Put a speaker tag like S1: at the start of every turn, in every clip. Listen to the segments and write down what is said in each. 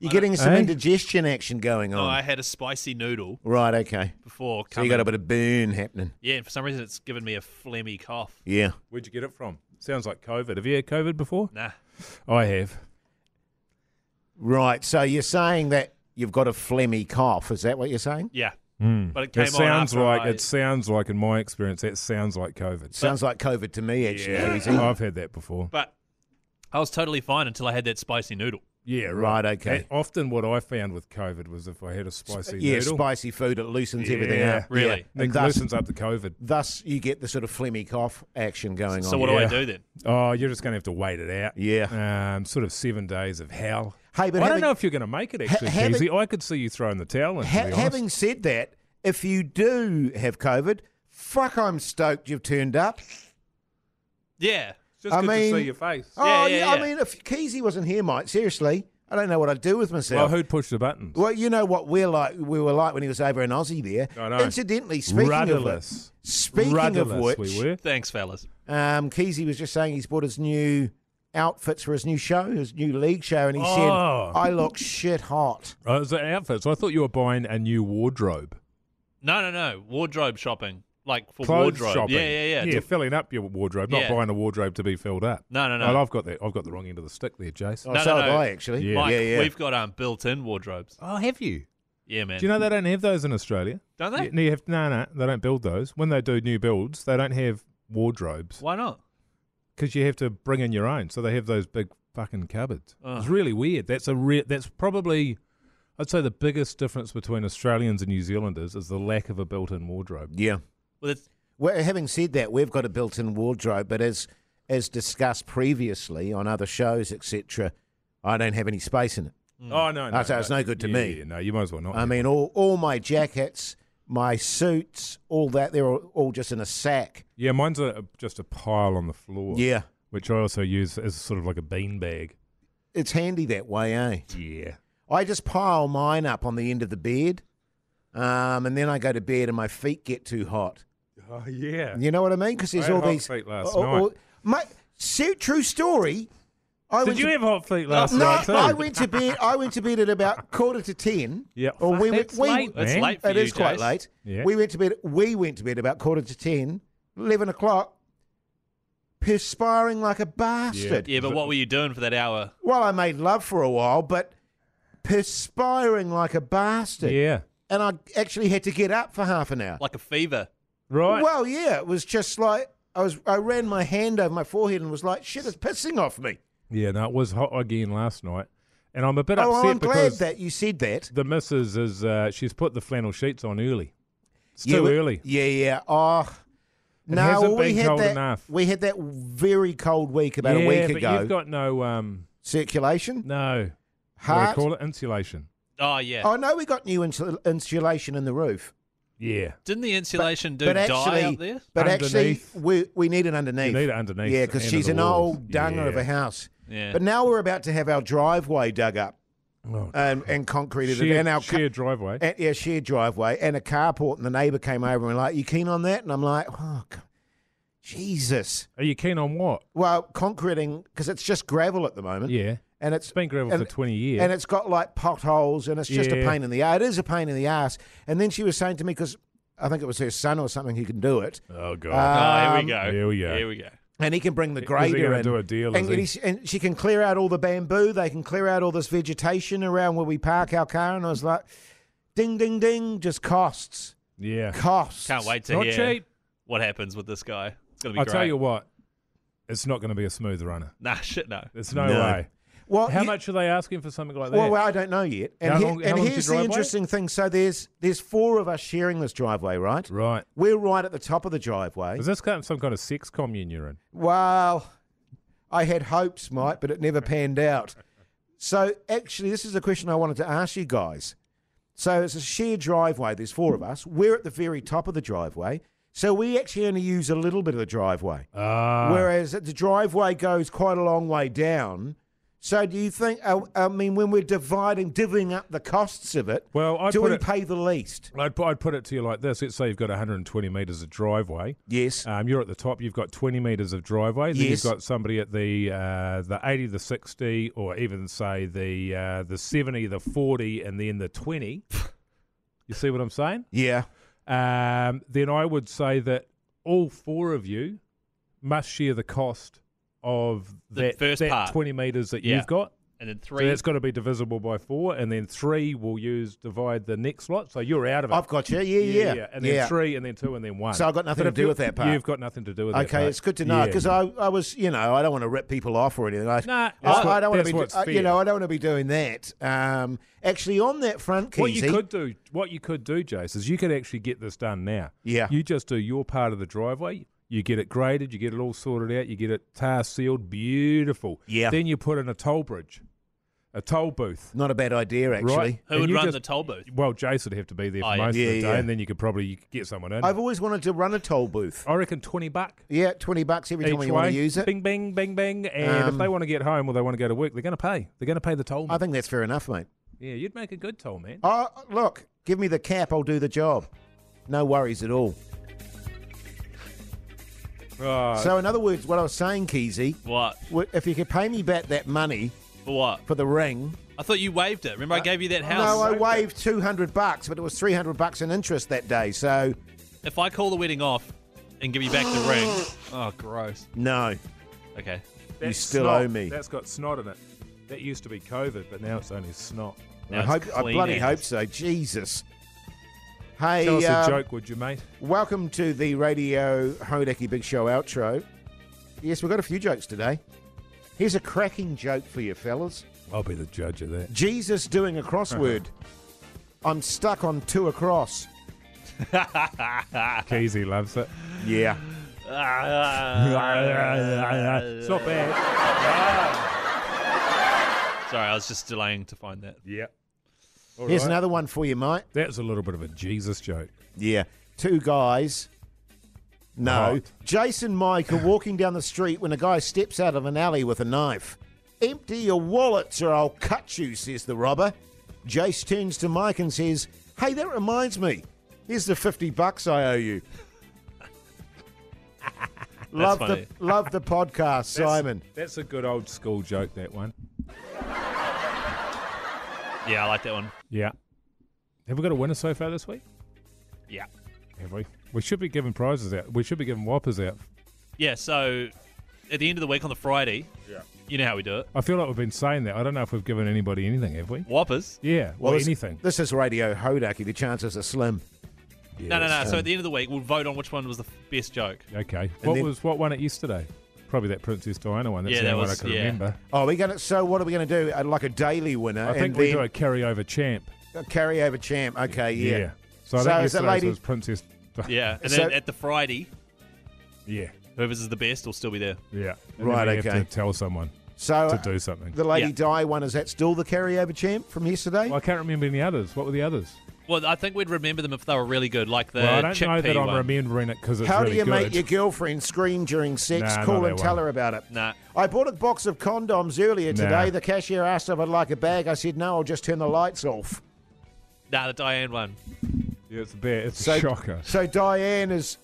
S1: You're getting some
S2: Eh?
S1: indigestion action
S2: Oh,
S1: going
S3: No,
S1: on.
S3: I had a spicy noodle
S1: Right, okay.
S3: before
S1: Oh. So you
S3: coming.
S1: got a bit of burn happening.
S3: yeah, and for some reason it's given me a phlegmy cough.
S1: Yeah.
S2: Where'd you get it from? Sounds like COVID. Have you had COVID before?
S3: Nah.
S2: I have.
S1: Right. So you're saying that you've got a phlegmy cough. Is that what you're saying?
S3: Yeah.
S1: Hmm.
S3: But it came
S2: It
S3: on
S2: sounds
S3: after
S2: like
S3: I-
S2: it sounds like in my experience that sounds like COVID.
S1: Sounds like COVID to me, actually. Easy.
S2: I've had that before.
S3: But I was totally fine until I had that spicy noodle.
S2: Yeah,
S1: Right, okay.
S2: And often what I found with COVID was if I had a spicy
S1: yeah,
S2: noodle,
S1: spicy food, it loosens everything
S2: Yeah,
S1: up.
S3: really.
S1: Yeah.
S2: it
S1: And thus,
S2: loosens up the COVID.
S1: thus, you get the sort of phlegmy cough action going
S3: So
S1: on.
S3: what
S2: Yeah.
S3: do I do then?
S2: Oh, you're just going to have to wait it out.
S1: Yeah.
S2: Um, sort of seven days of hell.
S1: Hey, but
S2: I
S1: having-
S2: don't know if you're going to make it actually,
S1: having-
S2: Keezy. I could see you throwing the towel in. to
S1: Ha-
S2: be honest.
S1: having said that, if you do have COVID, fuck, I'm stoked you've turned up.
S3: Yeah.
S2: It's just
S1: I
S2: good to
S1: mean-
S2: see your face.
S1: oh,
S3: yeah,
S1: I
S3: yeah.
S1: mean, if Keezy wasn't here, mate, seriously, I don't know what I'd do with
S2: well,
S1: myself.
S2: who'd push the buttons?
S1: Well, you know what we're like. We were like when he was over in Aussie there.
S2: I know.
S1: Incidentally, speaking
S2: Rudderless.
S1: of it, speaking of
S2: Rudderless
S1: which,
S2: we were.
S3: Thanks, fellas.
S1: um, Keezy was just saying he's bought his new outfits for his new show, his new league show, and he
S2: Oh.
S1: said, "I look shit hot."
S2: Oh, it was an outfit. So I thought you were buying a new wardrobe.
S3: No, no, no. Wardrobe shopping. Like for
S2: Clothes
S3: wardrobe.
S2: shopping.
S3: Yeah, yeah, yeah.
S2: Yeah, filling up your wardrobe, not
S3: Yeah.
S2: buying a wardrobe to be filled up.
S3: No, no, no.
S2: Well, I've got that. I've got the wrong end of the stick there, Jason.
S1: Oh,
S3: No,
S1: so
S3: no,
S1: have
S3: no.
S1: I actually.
S2: Yeah.
S3: Mike,
S1: yeah, yeah.
S3: we've got um, built-in wardrobes.
S2: Oh, have you?
S3: Yeah, man.
S2: Do you know they don't have those in Australia?
S3: Don't they?
S2: Yeah, no, you have, no, no, they don't build those. When they do new builds, they don't have wardrobes
S3: Why not?
S2: because you have to bring in your own. So they have those big fucking cupboards.
S3: Ugh.
S2: It's really weird. That's a re- That's probably, I'd say, the biggest difference between Australians and New Zealanders is the lack of a built-in wardrobe.
S1: yeah.
S3: Well, it's,
S1: Well, having said that, we've got a built-in wardrobe, but as as discussed previously on other shows, etc., I don't have any space in it.
S2: Oh no,
S1: no, so it's no good to
S2: Yeah,
S1: me.
S2: Oh, yeah, no, you might as well not.
S1: I mean, all all my jackets, my suits, all that they're all, all just in a sack.
S2: yeah, mine's a, a- just a pile on the floor.
S1: Yeah,
S2: which I also use as sort of like a bean bag.
S1: it's handy that way, eh?
S2: Yeah.
S1: I just pile mine up on the end of the bed, um, and then I go to bed, and my feet get too hot.
S2: Oh yeah.
S1: You know what I mean? Because there's
S2: I had
S1: all
S2: hot
S1: these. Oh,
S2: feet last night.
S1: mate, see, true story. I
S2: Did
S1: went
S2: you
S1: to-
S2: have hot feet last
S1: no,
S2: night too?
S1: I went to bed. I went to bed at about quarter to ten.
S2: Yeah.
S1: or
S2: Fuck,
S1: we went.
S2: that's
S1: We,
S2: late,
S3: That's
S2: man.
S3: late. for
S1: It
S3: you,
S1: is quite
S3: Jase.
S1: late.
S2: Yeah.
S1: We went to bed. We went to bed about quarter to ten. Eleven o'clock. Perspiring like a bastard.
S3: yeah, but what were you doing for that hour?
S1: Well, I made love for a while, but perspiring like a bastard.
S2: Yeah.
S1: And I actually had to get up for half an hour.
S3: Like a fever.
S2: Right.
S1: Well, yeah, it was just like I was. I ran my hand over my forehead and was like, "Shit, it's pissing off me."
S2: yeah. No, it was hot again last night, and I'm a bit
S1: oh,
S2: upset
S1: I'm glad
S2: because
S1: that you said that.
S2: the missus is uh, she's put the flannel sheets on early. It's
S1: Yeah,
S2: too
S1: we-
S2: early.
S1: Yeah, yeah. Oh, no,
S2: hasn't
S1: well, we
S2: been
S1: had
S2: cold
S1: that.
S2: enough.
S1: We had that very cold week about
S2: yeah,
S1: a week
S2: but
S1: ago.
S2: you've got no um
S1: Circulation,
S2: no
S1: heart.
S2: what do you call it insulation.
S3: Oh, yeah.
S1: Oh no, we got new insul- insulation in the roof.
S2: Yeah.
S3: Didn't the insulation dude
S1: but actually,
S3: die up there?
S1: but
S2: Underneath.
S1: actually, we we need it underneath.
S2: You need it underneath
S1: Yeah,
S2: and
S1: because
S2: under
S1: she's
S2: the
S1: an
S2: walls.
S1: old dunger of
S2: Yeah.
S1: a house.
S3: Yeah.
S1: But now we're about to have our driveway dug up
S2: Oh,
S1: and, and concreted, it,
S2: shared,
S1: and our ca-
S2: shared driveway.
S1: at our shared driveway and a carport, and the neighbour came over and were like, "You keen on that?" And I'm like, "Oh, God. Jesus!"
S2: Are you keen on what?
S1: Well, concreting because it's just gravel at the moment,
S2: Yeah.
S1: and it's
S2: It's been gravel
S1: and-
S2: for twenty years.
S1: and it's got like potholes, and it's just a
S2: Yeah.
S1: pain in the ass. It is a pain in the ass. And then she was saying to me because I think it was her son or something who can do it,
S2: oh god.
S3: oh, here
S1: um,
S3: we go.
S2: here we go.
S3: Here we go.
S1: and he can bring the
S2: Is he
S1: grader
S2: gonna
S1: in.
S2: do a deal,
S1: and,
S2: is he?
S1: he's- and she can clear out all the bamboo. They can clear out all this vegetation around where we park our car. And I was like, "Ding, ding, ding!" Just costs,
S2: yeah.
S1: costs.
S3: Can't wait to
S2: Not
S3: hear
S2: cheap.
S3: what happens with this guy. It's going to be
S2: I'll
S3: great.
S2: tell you what, it's not going to be a smooth runner.
S3: Nah, shit, no.
S2: There's no,
S1: No.
S2: way.
S1: Well,
S2: How
S1: you-
S2: much are they asking for something like that?
S1: Well, well, I don't know yet. And,
S2: How
S1: here-
S2: long- how
S1: and
S2: long's your
S1: here's the
S2: driveway?
S1: interesting thing. So there's there's four of us sharing this driveway, right?
S2: right.
S1: We're right at the top of the driveway.
S2: Is this kind of some kind of sex commune you're in?
S1: Well, I had hopes, Mike, but it never panned out. So, actually, this is a question I wanted to ask you guys. So, it's a shared driveway. There's four of us. We're at the very top of the driveway. So, we actually only use a little bit of the driveway.
S2: Ah.
S1: Whereas the driveway goes quite a long way down. So do you think? Uh, I mean, when we're dividing, divvying up the costs of it,
S2: Well, I'd
S1: do
S2: put
S1: we
S2: it-
S1: pay the least?
S2: I'd, pu- I'd put it to you like this. Let's say you've got 120 metres of driveway.
S1: Yes.
S2: Um, you're at the top. You've got 20 metres of driveway. Then
S1: Yes.
S2: you've got somebody at the uh, the 80, the 60, or even say the uh, the 70, the 40, and then the 20. you see what I'm saying?
S1: yeah.
S2: Um, then I would say that all four of you must share the cost of
S3: The
S2: that,
S3: first
S2: that
S3: part.
S2: 20 metres that
S3: Yeah.
S2: you've got.
S3: And then
S2: So
S3: three.
S2: that's got to be divisible by four, and then three will use divide the next lot. So you're out of it.
S1: I've got you. Yeah, yeah, yeah.
S2: And then three, and then two, and then one.
S1: So I've got nothing
S2: But
S1: to
S2: if
S1: do
S2: you-
S1: with that part.
S2: You've got nothing to do with that.
S1: Okay,
S2: part.
S1: it's good to know
S2: Yeah.
S1: because I, I was, you know, I don't want to rip people off or anything. I,
S2: Nah, that's
S1: I, I
S2: what-
S1: don't want
S2: that's
S1: to be,
S2: what's
S1: uh, you
S2: fair.
S1: know, I don't want to be doing that. Um, actually, on that front, Keezy,
S2: What you could do, what you could do, Jace, is you could actually get this done now.
S1: Yeah.
S2: You just do your part of the driveway. You get it graded. You get it all sorted out. You get it tar sealed, beautiful.
S1: Yeah.
S2: Then you put in a toll bridge, a toll booth.
S1: not a bad idea actually.
S2: right?
S3: Who
S2: And
S3: would
S2: you
S3: run
S2: just-
S3: the toll booth?
S2: Well, Jace would have to be there for
S3: Oh, yeah.
S2: most
S1: Yeah,
S2: of the day,
S1: yeah.
S2: and then you could probably you could get someone in.
S1: I've always wanted to run a toll booth.
S2: I reckon twenty buck.
S1: Yeah, twenty bucks every
S2: each
S1: time you want
S2: way.
S1: to use it.
S2: Bing, bing, bing, bing. And
S1: Um,
S2: if they want to get home or they want to go to work, they're going to pay. They're going to pay the toll.
S1: I
S2: Man.
S1: think that's fair enough, mate.
S2: Yeah, you'd make a good toll, man.
S1: Oh, look, give me the cap, I'll do the job. No worries at all.
S2: Right.
S1: So, in other words, what I was saying, Keezy,
S3: What?
S1: w- if you could pay me back that money
S3: For what?
S1: for the ring,
S3: I thought you waived it. Remember I
S2: Uh,
S3: gave you that house.
S1: no, I waived two hundred bucks, but it was three hundred bucks in interest that day. So,
S3: If I call the wedding off and give you back the ring. Oh, gross.
S1: no.
S3: Okay.
S1: you
S2: That's
S1: still
S2: snot.
S1: owe me.
S2: That's got snot in it. That used to be COVID, but now it's only snot.
S3: Now
S1: I
S3: it's
S1: hope, I
S3: clean
S1: bloody
S3: hands.
S1: hope so. Jesus. Hey,
S2: Tell us
S1: um,
S2: a joke, would you, mate?
S1: welcome to the Radio Hodaki Big Show outro. Yes, we've got a few jokes today. Here's a cracking joke for you, fellas.
S2: I'll be the judge of that.
S1: Jesus doing a crossword. I'm stuck on two across.
S2: Keezy loves it.
S1: Yeah. Uh,
S2: it's not bad.
S3: Sorry, I was just delaying to find that.
S2: Yeah. All
S1: Here's
S2: right.
S1: another one for you, mate.
S2: That's a little bit of a Jesus joke.
S1: Yeah. Two guys. No.
S2: Hot.
S1: Jason Mike are walking down the street when a guy steps out of an alley with a knife. Empty your wallets or I'll cut you, says the robber. Jace turns to Mike and says, Hey, that reminds me. Here's the 50 bucks I owe you. love, the,
S3: funny.
S1: love the podcast, Simon.
S2: That's a good old school joke, that one.
S3: Yeah, I like that one.
S2: Yeah. Have we got a winner so far this week?
S3: Yeah.
S2: Have we? We should be giving prizes out. We should be giving whoppers out.
S3: Yeah, so at the end of the week on the Friday, yeah. you know how we do it.
S2: I feel like we've been saying that. I don't know if we've given anybody anything, have we?
S3: Whoppers.
S2: Yeah. Well,
S1: this-
S2: anything.
S1: This is Radio Hodaki. The chances are slim.
S3: No, no, no. So at the end of the week, we'll vote on which one was the best joke.
S2: Okay. What
S1: then-
S2: was what won it yesterday? Probably that Princess Diana one. That's
S3: Yeah,
S2: the
S3: that
S2: only one I
S3: was-
S2: can
S3: yeah.
S2: remember.
S1: Oh, we gonna. So what are we gonna do? Uh, Like a daily winner?
S2: I think
S1: and
S2: we
S1: then
S2: do a carryover champ.
S1: a carryover champ. Okay, yeah.
S2: So I
S1: So is
S2: think
S1: that
S2: yesterday's
S1: lady-
S2: was Princess. Di-
S3: Yeah. And
S1: So-
S3: then at the Friday,
S2: Yeah.
S3: whoever's is the best will still be there.
S2: Yeah. And then
S1: Right,
S2: we
S1: okay.
S2: Have to tell someone
S1: So
S2: to
S1: uh,
S2: do something.
S1: the Lady
S3: Yeah.
S1: Di one is that still the carryover champ from yesterday?
S2: Well, I can't remember any others. What were the others?
S3: Well, I think we'd remember them if they were really good, like the
S2: well, I don't
S3: chickpea
S2: know that I'm
S3: one.
S2: remembering it because it's
S1: How
S2: really
S1: do you
S2: good.
S1: make your girlfriend scream during sex?
S2: Nah, not
S1: Call
S2: that
S1: and tell
S2: one.
S1: her about it.
S3: Nah.
S1: I bought a box of condoms earlier
S2: Nah.
S1: today. The cashier asked if I'd like a bag. I said no. I'll just turn the lights off.
S3: Nah, the Diane one.
S2: yeah, it's a bit. It's
S1: So-
S2: a shocker.
S1: So Diane is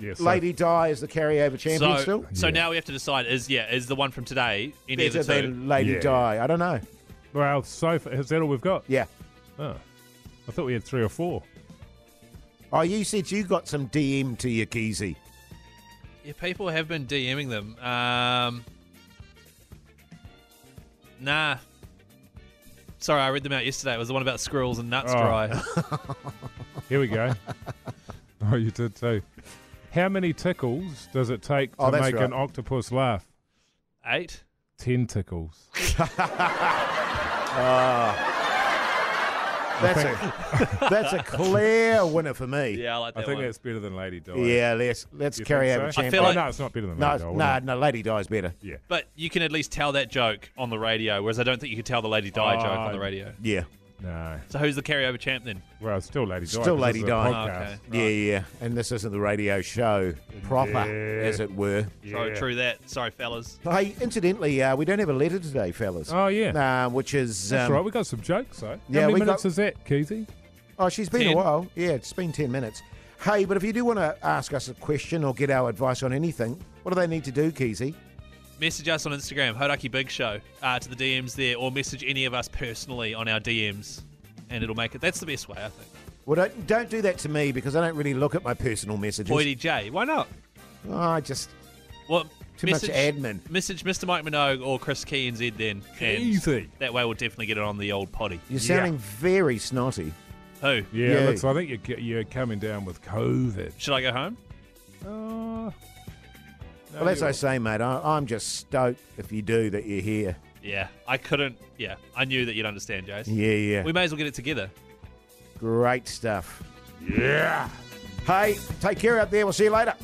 S2: Yeah, so-
S1: Lady Di is the carryover champion
S3: So,
S1: still.
S3: so
S2: Yeah.
S3: now we have to decide is yeah is the one from today any of
S1: Better
S3: the two?
S1: than Lady
S2: Yeah.
S1: Di. I don't know.
S2: Well, so far, is that all we've got?
S1: Yeah.
S2: Oh. I thought we had three or four.
S1: Oh, you said you got some DM to your Keezy.
S3: Yeah, people have been DMing them. Um, nah. Sorry, I read them out yesterday. It was the one about squirrels and nuts
S2: Oh.
S3: dry.
S2: Here we go. oh, you did too. How many tickles does it take to
S1: Oh, that's
S2: make an
S1: right.
S2: octopus laugh?
S3: Eight.
S2: Ten tickles.
S1: That's a that's a clear winner for me.
S3: Yeah, I like
S2: I
S3: that
S2: think
S3: one.
S2: that's better than Lady Di.
S1: Yeah, let's let's
S2: You think
S1: carry
S2: so?
S1: over champion.
S3: feel
S2: Oh,
S3: like-
S2: no, it's not better than
S1: no,
S2: Lady Di.
S1: no,
S2: was it?
S1: no, Lady Di's better.
S2: Yeah.
S3: But you can at least tell that joke on the radio, whereas I don't think you could tell the Lady Di joke on the
S2: Oh.
S3: radio.
S1: Yeah.
S2: No.
S3: So who's the carryover champ then?
S2: Well, it's still Lady Di.
S1: Still
S2: 'cause this
S1: Lady
S2: is a
S1: Di.
S3: Oh,
S2: podcast.
S3: okay.
S1: Yeah, yeah. And this isn't the radio show proper,
S2: Yeah.
S1: as it were.
S3: Sorry,
S2: Yeah.
S3: true that. Sorry, fellas.
S1: Hey, incidentally, uh, we don't have a letter today, fellas.
S2: Oh, yeah.
S1: Uh, which is
S2: That's
S1: um,
S2: right. We got some jokes, though.
S1: yeah,
S2: How many
S1: we got-
S2: minutes is that, Keithy?
S1: Oh, she's been
S3: Ten.
S1: a while. Yeah, it's been 10 minutes. Hey, but if you do want to ask us a question or get our advice on anything, what do they need to do, Keezy?
S3: Message us on Instagram, Hodaki Big Show, uh, to the DMs there, or message any of us personally on our DMs, and it'll make it. That's the best way, I think.
S1: Well, don't, don't do that to me because I don't really look at my personal messages.
S3: Hoity J, why not?
S1: Oh, I just
S3: Well,
S1: too
S3: message,
S1: much admin.
S3: message Mr. Mike Minogue or Chris Key and Z then. and
S2: Easy.
S3: That way we'll definitely get it on the old potty.
S1: You're
S2: Yeah.
S1: sounding very snotty.
S3: Who?
S2: Yeah,
S1: Yeah.
S2: looks. I think you're, ca- you're coming down with COVID.
S3: Should I go home?
S2: Uh, no,
S1: well, as
S2: you're-
S1: I say, mate, I, I'm just stoked if you do that you're here.
S3: Yeah, I couldn't. Yeah, I knew that you'd understand, Jace.
S1: Yeah, yeah.
S3: We may as well get it together.
S1: Great stuff.
S2: Yeah.
S1: Hey, take care out there. We'll see you later.